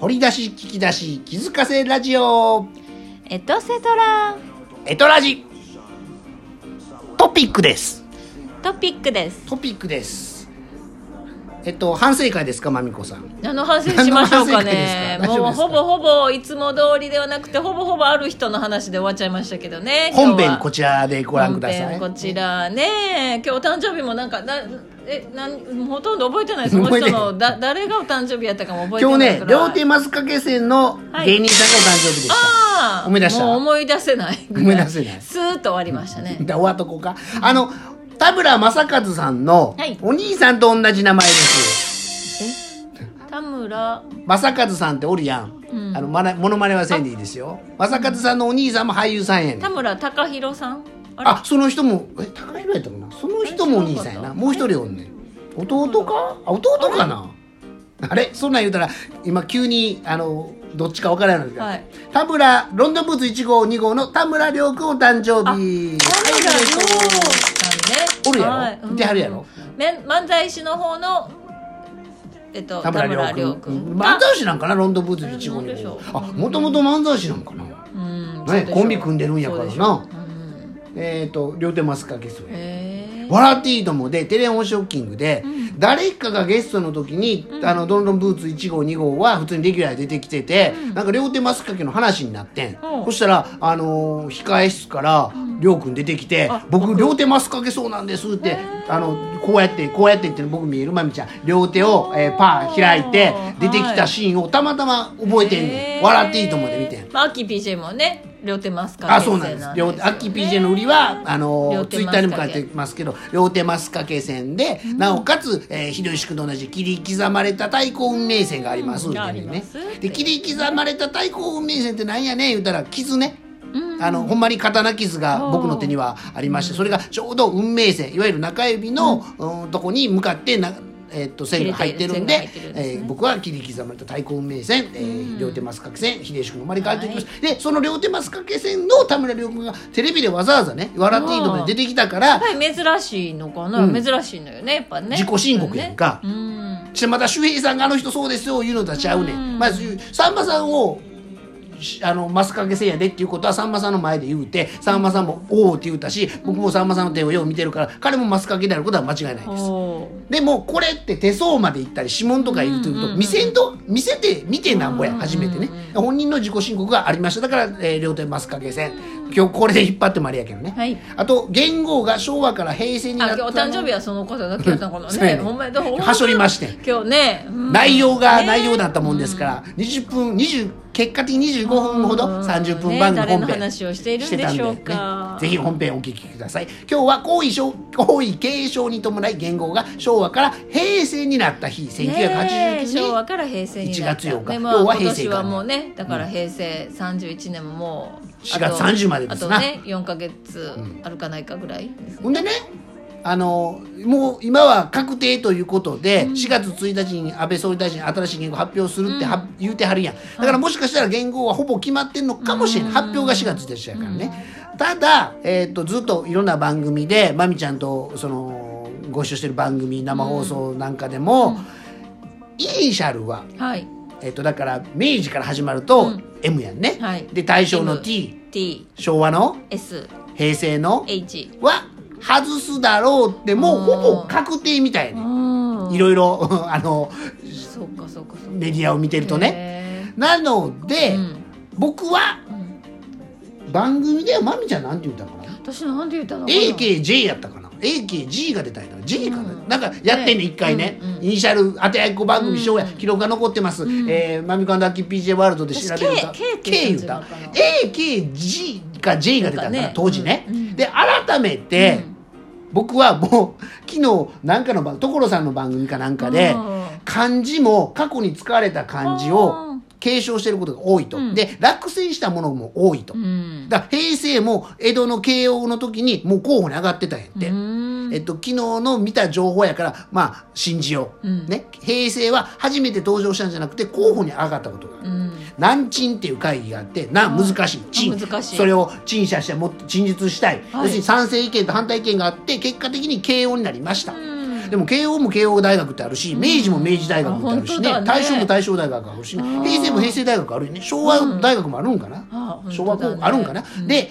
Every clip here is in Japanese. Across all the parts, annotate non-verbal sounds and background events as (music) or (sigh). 掘り出し聞き出し気づかせラジオエトセトラエトラジトピックですトピックですトピックですえっと反省会ですかまみこさん何の反省しましょうかね何の反省会ですか大丈夫もうですかほぼほぼいつも通りではなくてほぼほぼある人の話で終わっちゃいましたけどね本編こちちらでご覧くださいこちらね今日お誕生日もなんかだえなんほとんど覚えてないですその覚えて人ないのだ誰がお誕生日やったかも覚え今日てないねから両手マスカケ線の芸人さんがお誕生日でした、ああ思い出したもう思い出せないぐら思い出せないスーッと終わりましたねで終わっとこうかあの田村正和さんのはいお兄さんと同じ名前です、田村正和さんっておるやん、うんあのまなモノマネはせんでいいですよ正和さんのお兄さんも俳優さんやねん田村貴弘さんあれあその人もえ高弘やったかなその人もお兄さんやあなれもう一人おんねん弟かあ弟かなあれそんなん言うたら今急にあのどっちか分からないんだけど、はい田村ロンドンブーツ1号2号の田村亮君お誕生日あ田村はいさおんるねやろはいいてはるやろめん漫才師の方のえっと田田村村亮亮君君漫が才師なんかなロンドンブーツ1号えなんで2し号ょうあもともと漫才師なんかな、うんねそうでしょうコンビ組んでるんやからなそうでしょううんえっ、と両手マスカケスウェイへえ笑っていいともで、テレオンショッキングで、誰かがゲストの時に、あの、どんどんブーツ1号、2号は普通にレギュラーで出てきてて、なんか両手マスかけの話になってん。うんそしたら、あのー控え室から、りょうくん出てきてあ、僕、両手マスかけそうなんですって、あの、こうやって、こうやって言ってる僕見えるまみちゃん、両手を、えーパー開いて、出てきたシーンをたまたま覚えてんねん。笑っていいともで見てん。まあ、アッキー PJ もね両手マスカあそうなんです両手アッキー PJ の売りはあの両ツ手イッマスカターケにも書いてますけど両手マスカケ線で、なおかつ、えー、秀吉君と同じ切り刻まれた太鼓運命線がありますうっんていうあねりますで切り刻まれた太鼓運命線ってなんやねん言うたら傷ねうんあのほんまに刀傷が僕の手にはありましてそれがちょうど運命線いわゆる中指の、うんとこに向かってな、えーっと線が入ってるんで切れてる線が入ってるんですねえー僕は切り刻まれた太鼓運命線、えー両手マスカケ線秀吉君生まれ変わってきました、でその両手マスカケ線の田村亮君がテレビでわざわざね「笑っていいとこ」で出てきたからやっぱり珍しいのかな、うん珍しいのよねやっぱね自己申告やんかうんそしてまた周平さんが「あの人そうですよ」言うのとはちゃうねん、うんまあそういうさんまさんをしあのマスカケせんやでっていうことはさんまさんの前で言うてさんまさんも「おお」って言うたし僕もさんまさんの手をよう見てるから彼もマスカケであることは間違いないですおでもこれって手相まで行ったり指紋とか言うとうんうんうん見せんと見せて見てなんぼや初めてね本人の自己申告がありましただから、えー両手マスカケせん今日これで引っ張ってもあれやけどね、はいあと元号が昭和から平成にあなっ今日たお誕生日はその方だけやったのか (laughs) なそうやねねほんまやどうほんまはしょりましてん今日ね、うん内容がね内容だったもんですから、20分20結果的に25分ほどうん30分番組ね誰本の編話をしているんでしょうかぜひ本編お聞きください今日は皇位承皇位継承に伴い元号が昭和から平成になった日1989ねえ年昭和から平成にな1った月8日ねまあ要は今平成年からはもうねだから平成31年ももう4月30までですなあとね4か月あるかないかぐらいですねほんでねあのもう今は確定ということで、4月1日に安倍総理大臣新しい言語発表するっては、言うてはるやんだからもしかしたら言語はほぼ決まってんのかもしれない、発表が4月1日やからね、ただ、えー、とずっといろんな番組でまみちゃんとそのご一緒してる番組生放送なんかでも、イニシャルは、はいえー、とだから明治から始まると、M やんね、はいで大正の T TSH 昭和の平成のは外すだろうってもうほぼ確定みたいねうんいろいろ (laughs) あのそうかそうかそうかメディアを見てるとねねなので、うん僕はうん番組ではまみちゃんなんて言ったかな私なんて言ったのかな AKJ やったかな AKG が出たんやな J かな、うんなんかやってんねね一回ね、うんうんイニシャル当て合いっこ番組賞や、うん記録が残ってます、えー、マミコンダッキー PJ ワールドで調べると私 K K って言言っうてたたのかな AKG か J が出たんかななんかね当時ね、うんうんで改めて、うん僕はもう昨日なんかの番所さんの番組かなんかでうん漢字も過去に使われた漢字うをん継承していることが多いと、うんで落選したものも多いと、うんだから平成も江戸の慶応の時にもう候補に上がってたんやって、うんえっと、昨日の見た情報やからまあ信じよう、うんね、平成は初めて登場したんじゃなくて候補に上がったことがある、うん南鎮っていう会議があってなはい難しい鎮あ難しいそれを陳謝してもっと陳述したい、要はいするに賛成意見と反対意見があって結果的に慶応になりました、うんでも慶応も慶応大学ってあるし明治も明治大学ってあるしねあ本当だね大正も大正大学があるしねあー平成も平成大学あるよね昭和大学もあるんかなあ、ー昭和高校本当だねあるんかな、で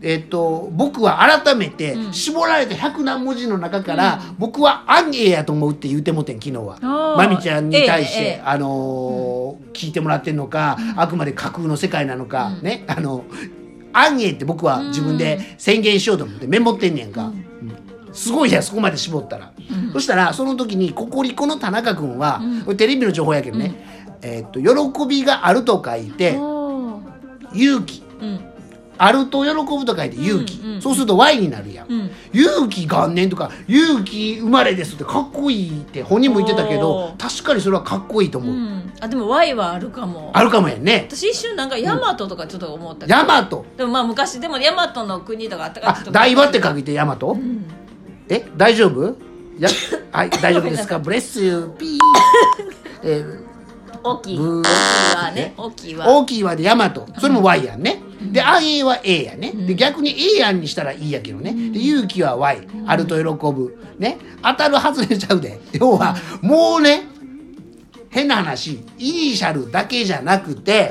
えっと、僕は改めて絞られた100何文字の中から、僕はアンエイやと思うって言うてもてん昨日はあーまみちゃんに対して、ええええあのー聞いてもらってんのか、あくまで架空の世界なのか、ねあのアンエイって僕は自分で宣言しようと思ってメモってんねやんか、うんすごいやんそこまで絞ったら、そしたらその時にココリコの田中君は、これテレビの情報やけどね、えっと喜びがあると書いておー勇気うんあると喜ぶと書いて勇気、うんうんそうすると Y になるやん、うん勇気元年とか勇気生まれですってかっこいいって本人も言ってたけどおー確かにそれはかっこいいと思うう、んあでも Y はあるかもあるかもやんね私一瞬なんかヤマトとかちょっと思ったけどヤマトでもまあ昔でもヤマトの国とかあったからちょあっと大和って書いてヤマト、うんえ大丈夫 (laughs) やはい大丈夫ですかブレスユーピー、えー大きいブー大きいはね大きいは大きいはでヤマトそれも Y やんね、でアン A は A やね、で逆に A やんにしたらいいやけどね、で勇気は Y あると喜ぶね当たる外れちゃうで要はもうね変な話イニシャルだけじゃなくて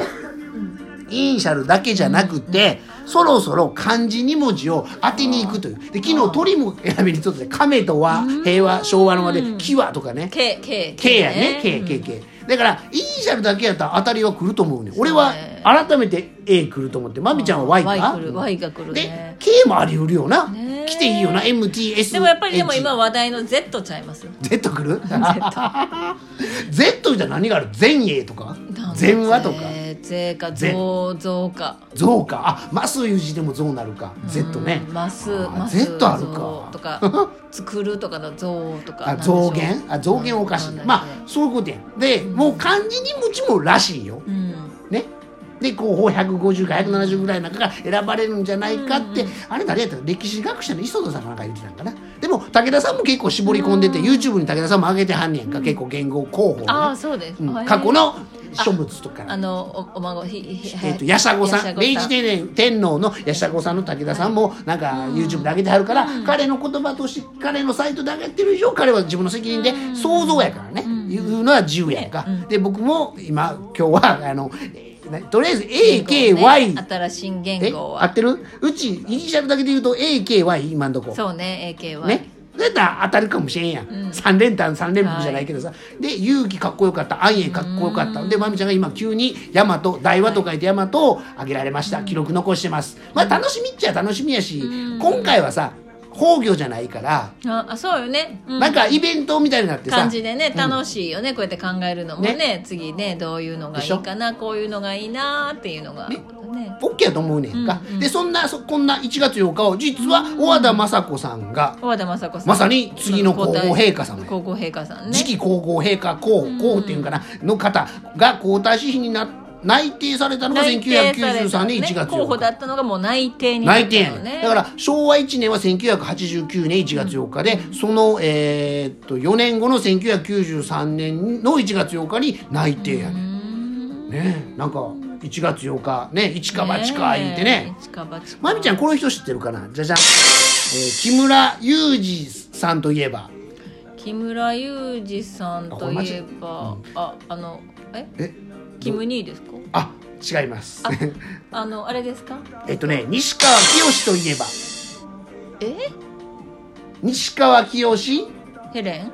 イニシャルだけじゃなくて、そろそろ漢字2文字を当てに行くというで昨日鳥も選びにとって亀と和平和昭和の和で木はとかね K K K やね K うん K K だからイニシャルだけやったら当たりは来ると思うね俺はそうね改めて A 来ると思ってまみちゃんは Y か Y 来る Y が来るでね K もあり得るよなね来ていいよな MTS でもやっぱりでも今話題の Z ちゃいます Z 来る (laughs) Z じゃ何がある前衛とか前和とか税税かぜ増増か象かあマスいう字でも象なるか Z ねうんマスあーマス Z ある増とか (laughs) か作るとかの増とかあ増減あ増減おかしいまあそういうことやでもう漢字に文字もらしいよあうんね、で候補150か170ぐらいの中から選ばれるんじゃないかって、あれ誰やったら歴史学者の磯田さんかなんか言ってたんかなでも武田さんも結構絞り込んでて YouTube に武田さんも上げてはんねやんか、結構言語候補をねああそうです、うんへー過去の書物とかあのおお孫ひひえっと、やしゃごさん、明治で天皇天皇のやしゃごさんの武田さんも、なんか YouTube で上げてはるから、彼の言葉として、彼のサイトで上げてる以上、彼は自分の責任で、想像やからね、いうのは自由やんか。で、僕も今、今日は、あの、えーなとりあえず AKY、新しいえ言語合っはてるうち、イニシャルだけで言うと AKY、今んとこ。そうね AKY ね。そうやったら当たるかもしれんやん。三、連単三連複じゃないけどさ。で、勇気かっこよかった。安永かっこよかった。で、まみちゃんが今急に大和、大和と書いて大和をあげられました。記録残してます。まあ楽しみっちゃ楽しみやし、今回はさ、崩御じゃないから、ああそうよね、うんなんかイベントみたいになってさ、感じでね楽しいよね、こうやって考えるのもね次ねどういうのがいいかなこういうのがいいなっていうのがねオッケーやと思うねんか。で、そんな、そこんな1月8日を、実は小和田雅子さんが、小和田雅子さんまさに次の皇后陛下様や皇后陛下さんね次期皇后陛下皇皇后っていうんかなの方が皇太子妃にな内定されたのが内定され1993た年1ね月候補だ8日。ったのがもう内定にな内った定やのねねんだから昭和1年は1989年1月8日で、その、えーっと4年後の1993年の1月8日に内定やねん、ねえなんか1月8日ね一か八か言ってねえ近場近場まみちゃんこの人知ってるかなじゃじゃん、えー木村雄二さんといえば木村雄二さんといえばああのええキム兄ですかあ違いますああのあれですかえっとね西川きよしといえばえ西川きよしヘレン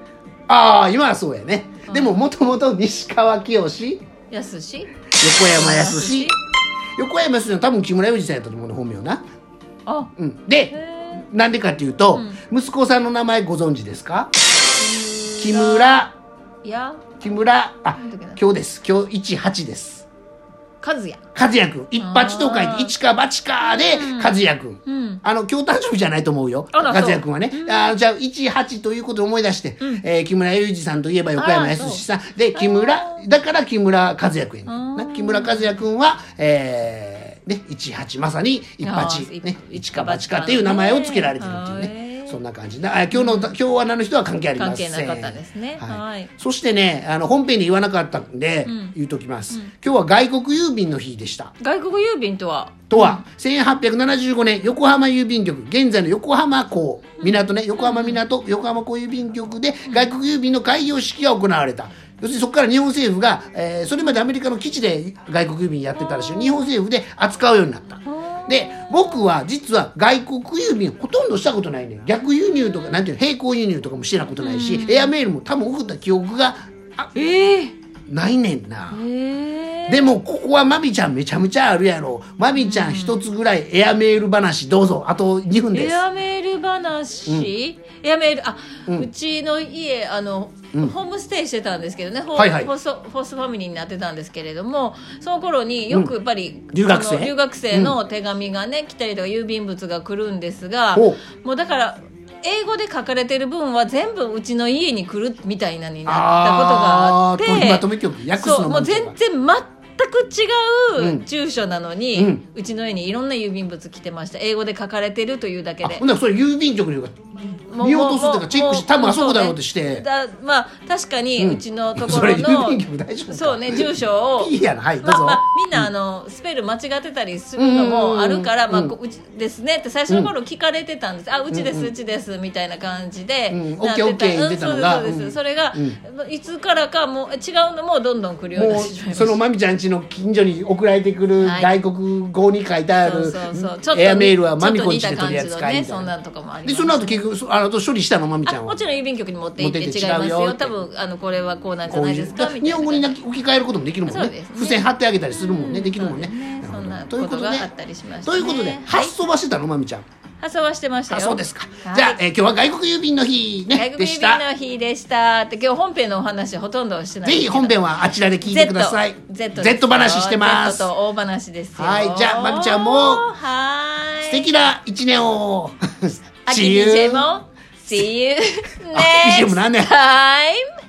ああ今はそうやねでももともと西川きよしやすし横山やすし横山やすしは多分木村洋二さんやったと思うの本名な、あうん、へでえなんでかっていうと、息子さんの名前ご存知ですか木村いや木村あなんだっけな今日です今日18ですカズヤ和也君一八と書いあてー一か八かで和也君うんあの、今日誕生日じゃないと思うよ。あら和そう也くんはね。あじゃあ、18ということを思い出して、えー木村祐二さんといえば横山あやらすそうしさん。で、木村、だから木村和也くんやねんな木村和也くんは、えー、ね、18、まさに一八あーね、一一か八かっていう名前を付けられてるっていうへね。ーそんな感じなあ今日の、今日はなの人は関係ありません関係なかったですねはいそしてねあの本編で言わなかったんで、ん言うときます、今日は外国郵便の日でした外国郵便とはとは、1875年横浜郵便局現在の横浜港港ね横浜港横浜港郵便局で外国郵便の開業式が行われた要するにそこから日本政府が、えーそれまでアメリカの基地で外国郵便やってたらしい日本政府で扱うようになったで僕は実は外国郵便ほとんどしたことないね逆輸入とかなんていうの並行輸入とかもしてたことないし、エアメールも多分送った記憶があええないねんな、ええでもここはマミちゃんめちゃめちゃあるやろマミちゃん一つぐらいエアメール話どうぞあと2分でエすアメール話、エアメールあ、うちの家あの、ホームステイしてたんですけどねホ,、はいはいホスホストファミリーになってたんですけれどもその頃によくやっぱり、留学生あの留学生の手紙がね、来たりとか郵便物が来るんですがおもうだから英語で書かれてる分は全部うちの家に来るみたいなになったことがあって取りまとめ局訳すそのうもマうミちゃんが全然全く違うんう住所なのに、ううんちの家にいろんな郵便物来てました英語で書かれてるというだけあでほんならそれ郵便局にもう見落とすというかチェックして多分あそこだろうってしもうてだまあ確かにうんうちのとこそれろの、郵便局大丈夫かそうね住所をいいやなはいどうまあ (laughs) ぞ、まあ、みんなあのスペル間違ってたりするのもあるから「うんまあ、こうちですね」って最初の頃聞かれてたんです「あうちですうちです」みたいな感じでうんなってオッケーオッケー言たっうてんたそのうがですそううんですそれがいつからかもう違うのもどんどん来るようになもってしまいうまそのしまみちゃん家の近所に送られてくるは外国語に書いてたあそうるそうそうちょっとエアメールはまみこんちちょっでと取似りた感じ扱のいねみたそいんななのとかもありまですその後結局そあの後処理したのまみちゃあんもはちろん郵便局に持って行って持違っいてま行すって違うよよって多分あのこれはこうなんじゃこうないいでうすかみたいな日本語になき置き換えることもできるもんそうねですね付箋貼ってあげたりするもんね、うんできるもんねそうでなるほどすねそんなということでことがあったりしましたとねいうことではい発想はしてたのまみちゃん発想はしてましたあよそうですか、はいじゃあ、えー今日は外国郵便の日ね外で国郵し便たの日でしたって今日本編のお話ほとんどしてないぜひ本編はあちらで聞いてください Z, ですよ Z 話してます Z と大話ですよはいじゃあまみちゃんもはーい素敵な一年を (laughs) あき See you (laughs) DJ も See you あ next BGM なんね time